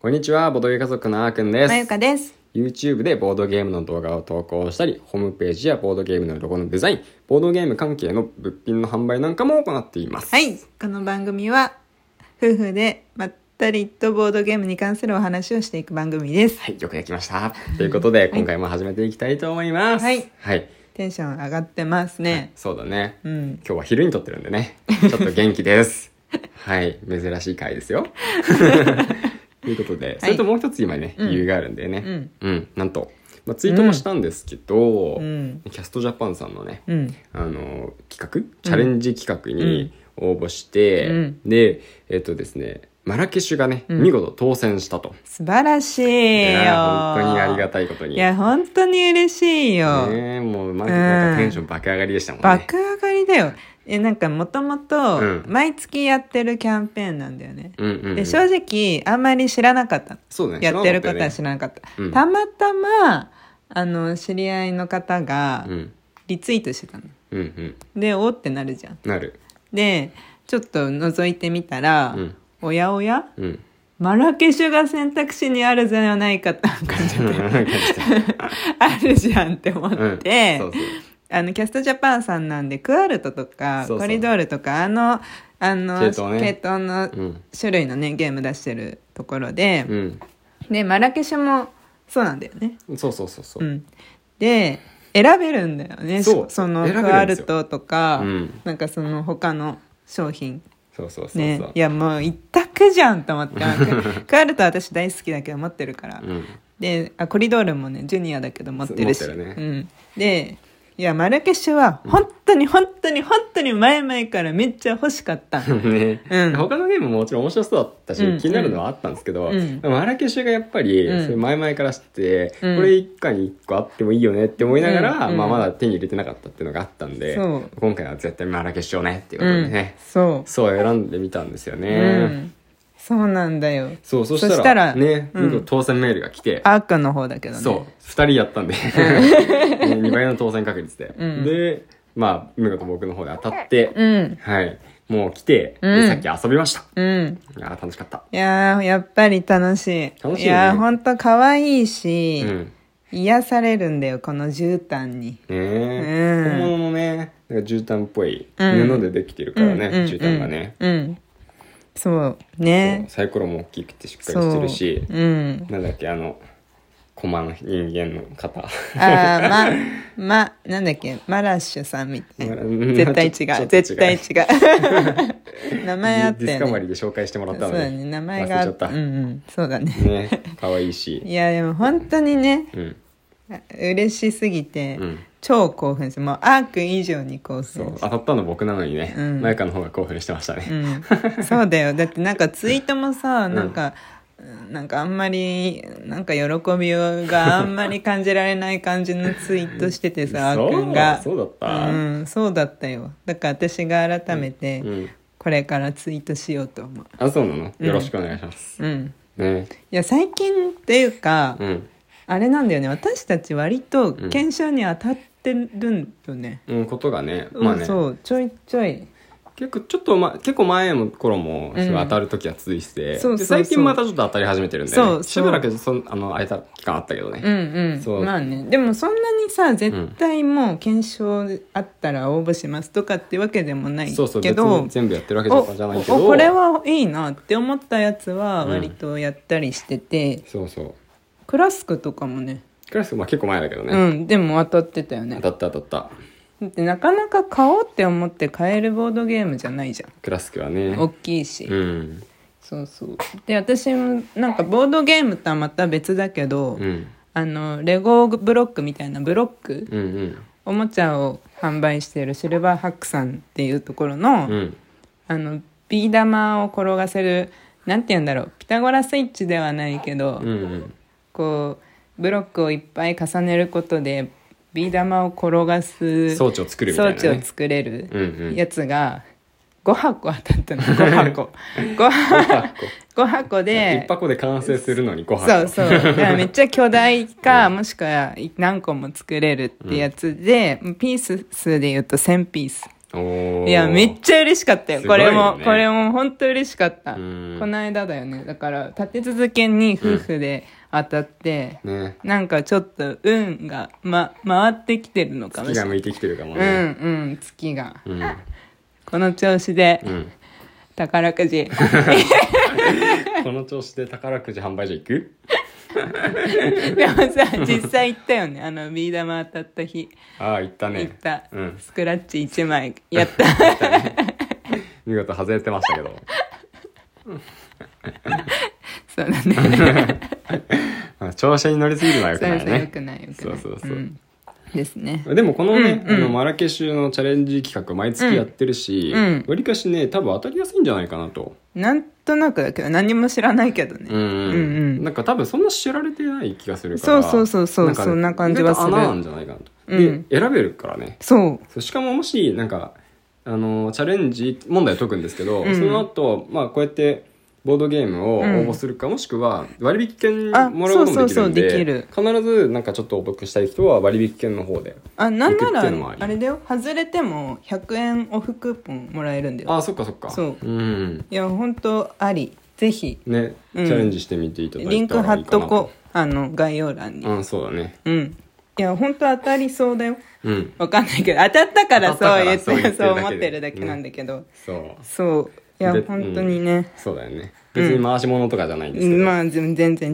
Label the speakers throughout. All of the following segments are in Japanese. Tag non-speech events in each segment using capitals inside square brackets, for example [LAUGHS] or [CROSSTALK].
Speaker 1: こんにちは、ボードゲー家族のあーくんです。
Speaker 2: まゆかです。
Speaker 1: YouTube でボードゲームの動画を投稿したり、ホームページやボードゲームのロゴのデザイン、ボードゲーム関係の物品の販売なんかも行っています。
Speaker 2: はい。この番組は、夫婦でまったりとボードゲームに関するお話をしていく番組です。
Speaker 1: はい、よくできました。ということで、今回も始めていきたいと思います。
Speaker 2: はい。
Speaker 1: はい。
Speaker 2: テンション上がってますね。
Speaker 1: そうだね。
Speaker 2: うん。
Speaker 1: 今日は昼に撮ってるんでね。ちょっと元気
Speaker 2: [LAUGHS]
Speaker 1: です。はい。珍しい回ですよ。ということで、それともう一つ今ね、
Speaker 2: うん
Speaker 1: 理由があるんでね。
Speaker 2: うん。
Speaker 1: うん、なんと、まあ、ツイートもしたんですけど、
Speaker 2: うん。
Speaker 1: キャストジャパンさんのね、
Speaker 2: うん。
Speaker 1: あの企画チャレンジ企画に応募して、
Speaker 2: うん
Speaker 1: でえっとですねマラケシュがね、
Speaker 2: うん
Speaker 1: 見事当選したと。
Speaker 2: 素晴らしいよ。
Speaker 1: いや本当にありがたいことに。
Speaker 2: いや、本当に嬉しいよ。
Speaker 1: ねえもうまず
Speaker 2: うん
Speaker 1: なんかテンション爆上がりでしたもんね。
Speaker 2: 爆上がりだよ。え、なんかもともと
Speaker 1: うん、
Speaker 2: 毎月やってるキャンペーンなんだよね。
Speaker 1: うんうんうん
Speaker 2: で、正直、あんまり知らなかったの。
Speaker 1: そうだね。
Speaker 2: やってることは
Speaker 1: 知
Speaker 2: 知らなかった。
Speaker 1: うん
Speaker 2: たまたま、あの、知り合いの方が
Speaker 1: らなかったよね
Speaker 2: リツイートしてたの。
Speaker 1: うんうんうん。
Speaker 2: で、おーってなるじゃん。
Speaker 1: なる。
Speaker 2: で、ちょっと覗いてみたら、
Speaker 1: うん
Speaker 2: おやおや
Speaker 1: うん。
Speaker 2: マラケシュが選択肢にあるじゃないかってなんか [LAUGHS]
Speaker 1: なんかして
Speaker 2: あるじゃんって思
Speaker 1: う
Speaker 2: っ
Speaker 1: ん
Speaker 2: て、
Speaker 1: そうそう
Speaker 2: あのキャストジャパンさんなんでクアルトと
Speaker 1: そ
Speaker 2: か
Speaker 1: うそう
Speaker 2: コリドールとかあのあの
Speaker 1: 系統ね
Speaker 2: 統の
Speaker 1: うん
Speaker 2: 種類のねゲーム出してるところで、
Speaker 1: う
Speaker 2: でマラケシュもそうなんだよね。
Speaker 1: ん。そうそうそうそうう。
Speaker 2: ん、で選べるんだよね
Speaker 1: そう
Speaker 2: その
Speaker 1: 選べ
Speaker 2: ク
Speaker 1: る
Speaker 2: ア
Speaker 1: んで
Speaker 2: ル
Speaker 1: すよ
Speaker 2: トとか、
Speaker 1: うん
Speaker 2: なんかその他の商品
Speaker 1: そうそうそう
Speaker 2: ね
Speaker 1: そう
Speaker 2: い。やもう一択じゃんと思って
Speaker 1: [LAUGHS]
Speaker 2: ククアルト私大好きだけど持ってるから、
Speaker 1: うん。
Speaker 2: であコリドールもねジュニアだけど持ってるし
Speaker 1: 持ってるね
Speaker 2: うん、でいやマルケシュは本当に本当に本当に前々からめっちゃ欲しかった、
Speaker 1: [LAUGHS] ね、
Speaker 2: うん
Speaker 1: 他のゲームももちろん面白そうだったし、
Speaker 2: うん
Speaker 1: 気になるのはあったんですけど、
Speaker 2: うん
Speaker 1: マラケシュがやっぱり、
Speaker 2: うん
Speaker 1: それ前々から知って、
Speaker 2: うん
Speaker 1: これ一家に一個あってもいいよねって思いながら、
Speaker 2: うんうん
Speaker 1: まあ、まだ手に入れてなかったっていうのがあったんで
Speaker 2: そう
Speaker 1: 今回は絶対マラケシュをねっていうこ
Speaker 2: う
Speaker 1: とで
Speaker 2: ん
Speaker 1: ね、、
Speaker 2: そ
Speaker 1: そう選んでみたんですよ
Speaker 2: う、
Speaker 1: ね、
Speaker 2: うん、そうなんだよ
Speaker 1: そうそしたら
Speaker 2: そしたら
Speaker 1: ね、
Speaker 2: うん
Speaker 1: 見事当選メールが来て
Speaker 2: アークの方だけどね
Speaker 1: そう2人やったんで、 [LAUGHS] ね、2倍の当選確率で、
Speaker 2: うん
Speaker 1: でまあ見事僕の方で当たって、
Speaker 2: うん
Speaker 1: はいもう来て、で
Speaker 2: うん
Speaker 1: さっき遊びました
Speaker 2: うん
Speaker 1: いやー楽しかった
Speaker 2: いやーやっぱり楽しい
Speaker 1: 楽しいよね
Speaker 2: いやーほんと可愛いし、
Speaker 1: うん
Speaker 2: 癒されるんだよこの絨毯に
Speaker 1: ねえ、
Speaker 2: うん
Speaker 1: 本物のねなんか絨毯っぽい
Speaker 2: うん
Speaker 1: 布でできてるからね、
Speaker 2: うんうんうん
Speaker 1: 絨毯がね、
Speaker 2: うんそう
Speaker 1: そ
Speaker 2: ね
Speaker 1: うサイコロも大きくてしっかり
Speaker 2: そう
Speaker 1: してるし、
Speaker 2: うん
Speaker 1: なんだっけあの駒の人間の方
Speaker 2: あー
Speaker 1: [LAUGHS]
Speaker 2: ま、ま、なんだっけ、マラッシュさんみたいな。絶対
Speaker 1: ちょ
Speaker 2: 違う。
Speaker 1: ちょっと
Speaker 2: 絶
Speaker 1: [LAUGHS]
Speaker 2: 対違う。名前あっ
Speaker 1: ディディ
Speaker 2: た
Speaker 1: スカ
Speaker 2: よ
Speaker 1: バ
Speaker 2: ね。
Speaker 1: リーで紹介してもらっ
Speaker 2: そう
Speaker 1: たので
Speaker 2: だね、名前があ
Speaker 1: 忘れ
Speaker 2: っ
Speaker 1: ちゃった
Speaker 2: た。うんうん、そうだね。
Speaker 1: ね可愛いし
Speaker 2: いや、でも本当にね、
Speaker 1: うん
Speaker 2: 嬉しすぎて
Speaker 1: う、ん
Speaker 2: 超興奮して、もうアーク以上に興奮
Speaker 1: そう
Speaker 2: して。
Speaker 1: 当たったの僕なのにね、
Speaker 2: うん
Speaker 1: マイカの方が興奮してましたね、
Speaker 2: うん、そうだよ。だってなんかツイートもさ、
Speaker 1: ん
Speaker 2: なんか、なんかあんまり、なんか喜びがあんまり感じられない感じのツイートしててさ、あ
Speaker 1: そ
Speaker 2: ー
Speaker 1: う
Speaker 2: くんが。
Speaker 1: そうだった、
Speaker 2: うん、そうだったよだから私が改めて
Speaker 1: うん
Speaker 2: これからツイートしようと思う
Speaker 1: あそうなの
Speaker 2: うん
Speaker 1: よろしくお願いします、
Speaker 2: うん
Speaker 1: ね
Speaker 2: いや最近っていうか、
Speaker 1: うん、
Speaker 2: あれなんだよね私たち割と
Speaker 1: ん
Speaker 2: 検証に当たってるんよね、
Speaker 1: うん、ことがね
Speaker 2: うん
Speaker 1: まあね、
Speaker 2: そうちょいちょい
Speaker 1: 結構ちょっと、ま、結構前の頃も
Speaker 2: うん
Speaker 1: それ当たる時は続いてて、
Speaker 2: そう
Speaker 1: で
Speaker 2: そうそう
Speaker 1: 最近またちょっと当たり始めてるんで、ね、
Speaker 2: そうそう
Speaker 1: しばらくそんあの空いた期間あったけどね、
Speaker 2: うん
Speaker 1: そ
Speaker 2: うん
Speaker 1: う
Speaker 2: まあねでもそんなにさ絶対もう検証あったら応募しますとかってわけでもないけど、
Speaker 1: そうそう別に全部やってるわけじゃじゃないけ
Speaker 2: お
Speaker 1: ど
Speaker 2: おこれはいいなって思ったやつは
Speaker 1: うん
Speaker 2: 割とやったりしてて、
Speaker 1: そうそう
Speaker 2: クラスクとかもね
Speaker 1: クラス、まあ、結構前だけどね、
Speaker 2: うん、でも当たってたよね。
Speaker 1: 当
Speaker 2: だ
Speaker 1: たった当たった
Speaker 2: ってなかなか買おうって思って買えるボードゲームじゃないじゃん。
Speaker 1: クラスクはね
Speaker 2: 大きいし。
Speaker 1: うん
Speaker 2: そうそう。で、私もなんかボードゲームとはまた別だけど、
Speaker 1: うん
Speaker 2: あの、レゴブロックみたいなブロック、
Speaker 1: うんうん
Speaker 2: おもちゃを販売してるシルバーハックさんっていうところの、
Speaker 1: うん
Speaker 2: あの、ビー玉を転がせる、なんて言うんだろう、ピタゴラスイッチではないけど、
Speaker 1: うんうん
Speaker 2: こう、ブロックをいっぱい重ねることで、ビー玉を転がす
Speaker 1: 装置を作るみ
Speaker 2: 装
Speaker 1: たいな、
Speaker 2: 置を
Speaker 1: ね、
Speaker 2: 作れる
Speaker 1: うんうん
Speaker 2: やつが5箱当たったの5箱
Speaker 1: [LAUGHS]
Speaker 2: 5, 箱5箱で
Speaker 1: 一箱で完成するのにご
Speaker 2: そ
Speaker 1: 飯
Speaker 2: うそうだからめっちゃ巨大かもしくは何個も作れるってやつで、ピース数で言うと1000ピース
Speaker 1: おー
Speaker 2: いや、めっちゃ嬉しかったよ。
Speaker 1: すご
Speaker 2: こ
Speaker 1: いよ
Speaker 2: れ
Speaker 1: ね
Speaker 2: も、これも本当嬉しかった。こ
Speaker 1: うん
Speaker 2: の間だよね。だから、立て続けに夫婦で当たって、
Speaker 1: ね
Speaker 2: なんかちょっと運が、ま、回ってきてるのかも
Speaker 1: 月
Speaker 2: しれ
Speaker 1: が
Speaker 2: な
Speaker 1: 向
Speaker 2: い。
Speaker 1: いてきてるかも
Speaker 2: う
Speaker 1: ね
Speaker 2: んうん、月が。
Speaker 1: うん
Speaker 2: この調子で
Speaker 1: う、ん
Speaker 2: 宝くじ。
Speaker 1: この調子で宝くじ販売所行く
Speaker 2: でもさ、実際行ったよね。あの、ビー玉当たった日。
Speaker 1: ああ行ったね
Speaker 2: 行った
Speaker 1: うん。
Speaker 2: スクラッチ1枚やった。
Speaker 1: [LAUGHS] 見事外れてましたけど
Speaker 2: そうだね。
Speaker 1: まあ調子に乗りすぎるのは良く
Speaker 2: そ
Speaker 1: な
Speaker 2: う
Speaker 1: い
Speaker 2: そう、よく
Speaker 1: ね
Speaker 2: ないよくな
Speaker 1: そ
Speaker 2: い。
Speaker 1: うそうそうん
Speaker 2: ですね。
Speaker 1: でもこのね、
Speaker 2: うんうん
Speaker 1: あのマラケシュのチャレンジ企画毎月やってるし
Speaker 2: うんうん
Speaker 1: わり、かしね多分当たりやすいんじゃないかなと
Speaker 2: なんとなくだけど、何も知らないけどね。
Speaker 1: うんうん、
Speaker 2: うんうん
Speaker 1: なんか多分そんな知られてない気がするから
Speaker 2: そうそうそうそうそんな感じはする
Speaker 1: 意外と穴なんじゃないかなと、
Speaker 2: うん
Speaker 1: で選べるからね
Speaker 2: そう。
Speaker 1: そうしかももしなんかあのチャレンジ問題を解くんですけど、
Speaker 2: うん
Speaker 1: その後、まあこうやってボードゲームを応募するか、もしくは割引券もらうこともできるんで
Speaker 2: あそうそうそうできる
Speaker 1: 必ずなんかちょっとお得したい人は割引券の方で
Speaker 2: あ、なんな
Speaker 1: 行くっていうのもあ
Speaker 2: ら、
Speaker 1: り
Speaker 2: あれだよ。外れても100円オフクーポンもらえるんだよ。
Speaker 1: あそっかそっか
Speaker 2: そうんいや、本当あり。ぜひ、
Speaker 1: ね、
Speaker 2: うん
Speaker 1: チャレンジしてみていただいたら
Speaker 2: リンク貼っとこ。
Speaker 1: いう
Speaker 2: あの、概要欄
Speaker 1: い
Speaker 2: に
Speaker 1: か。なうんそうだね
Speaker 2: うん。いや、本当当たりそうだよ。
Speaker 1: うん
Speaker 2: わかんないけど、当たったから
Speaker 1: 当たったか
Speaker 2: そう言
Speaker 1: ら
Speaker 2: っ
Speaker 1: そう言ってる
Speaker 2: て、そう
Speaker 1: だけで
Speaker 2: 思ってるだけなんだけど。
Speaker 1: そう
Speaker 2: そう。いや、
Speaker 1: で
Speaker 2: 本当にね。
Speaker 1: そうだよね別に回し物とかじゃないんですけど、
Speaker 2: まあ、全然違う。全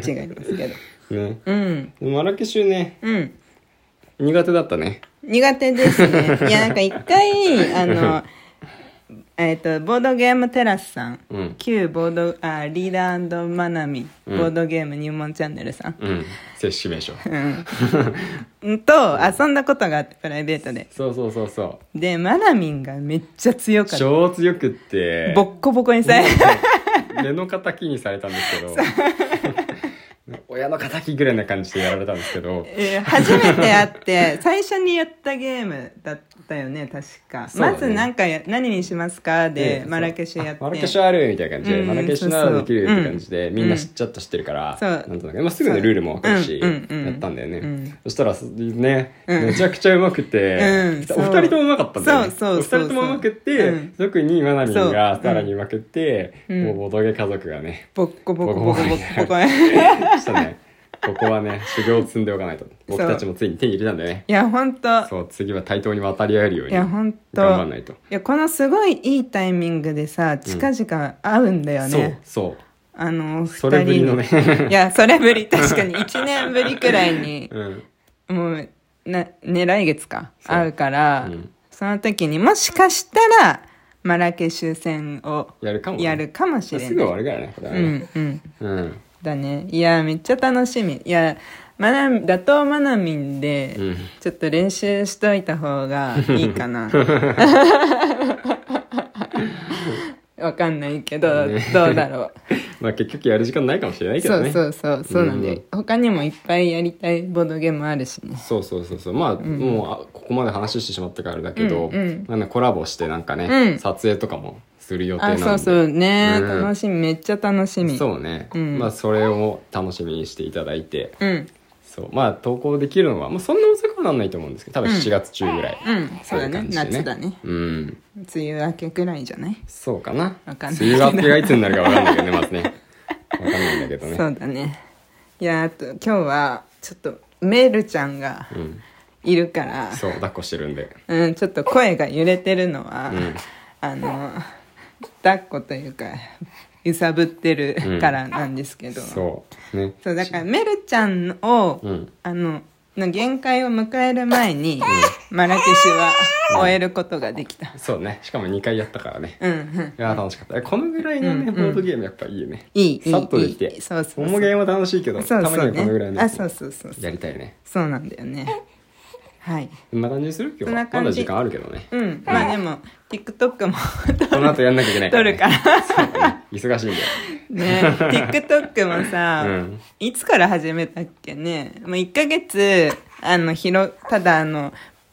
Speaker 2: 然違いますけど。
Speaker 1: ね
Speaker 2: うん。
Speaker 1: でもマラケシュね
Speaker 2: うん。
Speaker 1: 苦手だったね
Speaker 2: 苦手ですね。いや、なんか一回、
Speaker 1: [LAUGHS]
Speaker 2: あの、えっ、と、ボードゲームテラスさん、
Speaker 1: うん
Speaker 2: 旧ボード、あ、リーダーマナミ、ボ
Speaker 1: ん
Speaker 2: ードゲーム入門チャンネルさん、
Speaker 1: うん接種名
Speaker 2: [LAUGHS]
Speaker 1: 称
Speaker 2: うん、 [LAUGHS] と遊んだことがあって、プライベートで。
Speaker 1: そうそうそうそ
Speaker 2: で、マナミンがめっちゃ強
Speaker 1: う
Speaker 2: かった。
Speaker 1: 超強くって
Speaker 2: ボッコボコにされ、
Speaker 1: [LAUGHS] 目の敵にされたんですけど [LAUGHS] 親の敵ぐらいな感じでやられたんですけど
Speaker 2: えー初めて会って、 [LAUGHS] 最初にやったゲームだったよね、確か。
Speaker 1: そうだね
Speaker 2: まずなんかや、何にしますかで、
Speaker 1: そう
Speaker 2: マラケシュやって。
Speaker 1: あマラケシュあるみたいな感じで、
Speaker 2: うん
Speaker 1: マラケシュなら
Speaker 2: そうそう
Speaker 1: できるって感じで、
Speaker 2: うん
Speaker 1: みんな知っちゃっと知ってるから、
Speaker 2: そう
Speaker 1: なんとなく、まあ、すぐねルールも分かるし、
Speaker 2: うんうんうん
Speaker 1: やったんだよね、
Speaker 2: うん
Speaker 1: そしたらすね、
Speaker 2: うん
Speaker 1: めちゃくちゃうまくて、
Speaker 2: うんそう
Speaker 1: お二人ともうまかったんだよね
Speaker 2: そうそうそ
Speaker 1: お
Speaker 2: う
Speaker 1: 二人ともうまくって、
Speaker 2: うん
Speaker 1: 特にマナミン
Speaker 2: そ
Speaker 1: が
Speaker 2: う
Speaker 1: さらにうまくって、
Speaker 2: うん
Speaker 1: もうボドゲ家族がね
Speaker 2: ボッコボコボコボコボコボコ。
Speaker 1: したねここはね修行を積んでおかないと僕たちもついに手に入れたんだよね
Speaker 2: いや、本当
Speaker 1: そう次は対等に渡り合えるように
Speaker 2: いや、本当
Speaker 1: 頑張んないと
Speaker 2: いや、このすごいいいタイミングでさ、近々会うんだよ
Speaker 1: そう
Speaker 2: ね。
Speaker 1: そう
Speaker 2: あの、お二人に
Speaker 1: それぶりのね
Speaker 2: いや、それぶり、確
Speaker 1: [LAUGHS]
Speaker 2: かに。1年ぶりくらいに、
Speaker 1: うん
Speaker 2: もう、な、ね、来月か、
Speaker 1: そう
Speaker 2: 会うから、
Speaker 1: うん
Speaker 2: その時にもしかしたら、マラケシュ戦を
Speaker 1: やるかもね
Speaker 2: やるかもしれ
Speaker 1: す
Speaker 2: ない。
Speaker 1: ぐ終わるからねこれは
Speaker 2: う
Speaker 1: ね
Speaker 2: ん、うん。
Speaker 1: うん
Speaker 2: だねいやめっちゃ楽しみいやマナ打倒マナミンで、
Speaker 1: うん
Speaker 2: ちょっと練習しといた方がいい
Speaker 1: [LAUGHS]
Speaker 2: かなわかんないけど、
Speaker 1: ね
Speaker 2: どうだろ
Speaker 1: まあ結局やる時間ないかもしれな
Speaker 2: う、
Speaker 1: いけ
Speaker 2: そ
Speaker 1: ど
Speaker 2: う
Speaker 1: ね。
Speaker 2: そうそうそうなんで、他にもいっぱいやりたいボードゲームあるしね
Speaker 1: そうそうそうそうまあ、もうあここまで話してしまったからあれだけど、
Speaker 2: うんうん
Speaker 1: まあね、コラボしてなんかね、
Speaker 2: うん
Speaker 1: 撮影とかもする予定なん
Speaker 2: あ
Speaker 1: で
Speaker 2: そうそうね、
Speaker 1: うん
Speaker 2: 楽しみめっちゃ楽しみう
Speaker 1: そうね、
Speaker 2: ん
Speaker 1: まあそれを楽しみにしていただいて
Speaker 2: ん
Speaker 1: そうまあ投稿できるのは、まあ、そんな遅くはなんないと思うんですけど多分7月中ぐらい、
Speaker 2: うんそうだ
Speaker 1: い
Speaker 2: ね
Speaker 1: 感じで
Speaker 2: 夏だね
Speaker 1: うん
Speaker 2: 梅雨明けくらいじゃない、
Speaker 1: そうかな
Speaker 2: わかんない
Speaker 1: 梅雨明けがいつになるかわかんないけど
Speaker 2: [LAUGHS]
Speaker 1: ねまずねわかんないんだけどね
Speaker 2: そうだねいやあと今日はちょっとメールちゃんが
Speaker 1: うん、
Speaker 2: いるから、
Speaker 1: そう抱っこしてるんで
Speaker 2: うん、ちょっと声が揺れてるのは、
Speaker 1: ん
Speaker 2: あの抱っこというか揺さぶってるからなんですけど、そう
Speaker 1: そうね
Speaker 2: だからメルちゃんを、
Speaker 1: うん
Speaker 2: あのの限界を迎える前に、マラケシュは終えることができた、
Speaker 1: そうねしかも2回やったからね
Speaker 2: うんうん、
Speaker 1: いやー楽しかったこのぐらいのね、ボードゲームやっぱいいよね
Speaker 2: いいいい
Speaker 1: さっとできて
Speaker 2: いいそうそうそう
Speaker 1: 重ゲーは楽しいけど
Speaker 2: そう
Speaker 1: たまに
Speaker 2: そう
Speaker 1: はこのぐらい
Speaker 2: ね
Speaker 1: の
Speaker 2: あそうそうそうそう
Speaker 1: やりたいね
Speaker 2: そうなんだよねはい
Speaker 1: こんな感じにする今
Speaker 2: そ
Speaker 1: 日
Speaker 2: んな
Speaker 1: ま
Speaker 2: 感じ
Speaker 1: だ時間あるけど
Speaker 2: [LAUGHS]
Speaker 1: ね
Speaker 2: うんまあでも TikTok も
Speaker 1: この後やんなきゃいけない、
Speaker 2: [LAUGHS] 撮るからら
Speaker 1: そうだね [LAUGHS] 忙しいんだよ
Speaker 2: ね TikTok もさ、
Speaker 1: うん
Speaker 2: いつから始めたっけねもう1ヶ月あのひろただあの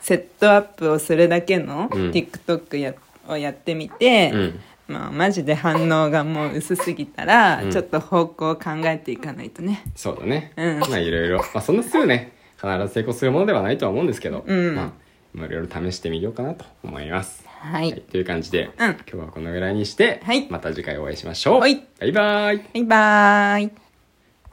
Speaker 2: セットアップをするだけの
Speaker 1: うん
Speaker 2: TikTok や、をやってみて、
Speaker 1: うん
Speaker 2: まあ、マジで反応がもう薄すぎたら、
Speaker 1: うん
Speaker 2: ちょっと方向を考えていかないとね
Speaker 1: そうだね、
Speaker 2: うん
Speaker 1: まあいろいろまあそんなすぐね必ず成功するものではないとは思うんですけど、
Speaker 2: うん
Speaker 1: まあまあいろいろ試してみようかなと思います。
Speaker 2: はい
Speaker 1: はい、という感じで、
Speaker 2: うん
Speaker 1: 今日はこのぐらいにして、
Speaker 2: はい
Speaker 1: また次回お会いしましょう。
Speaker 2: はい
Speaker 1: バイバイ。
Speaker 2: バイバーイ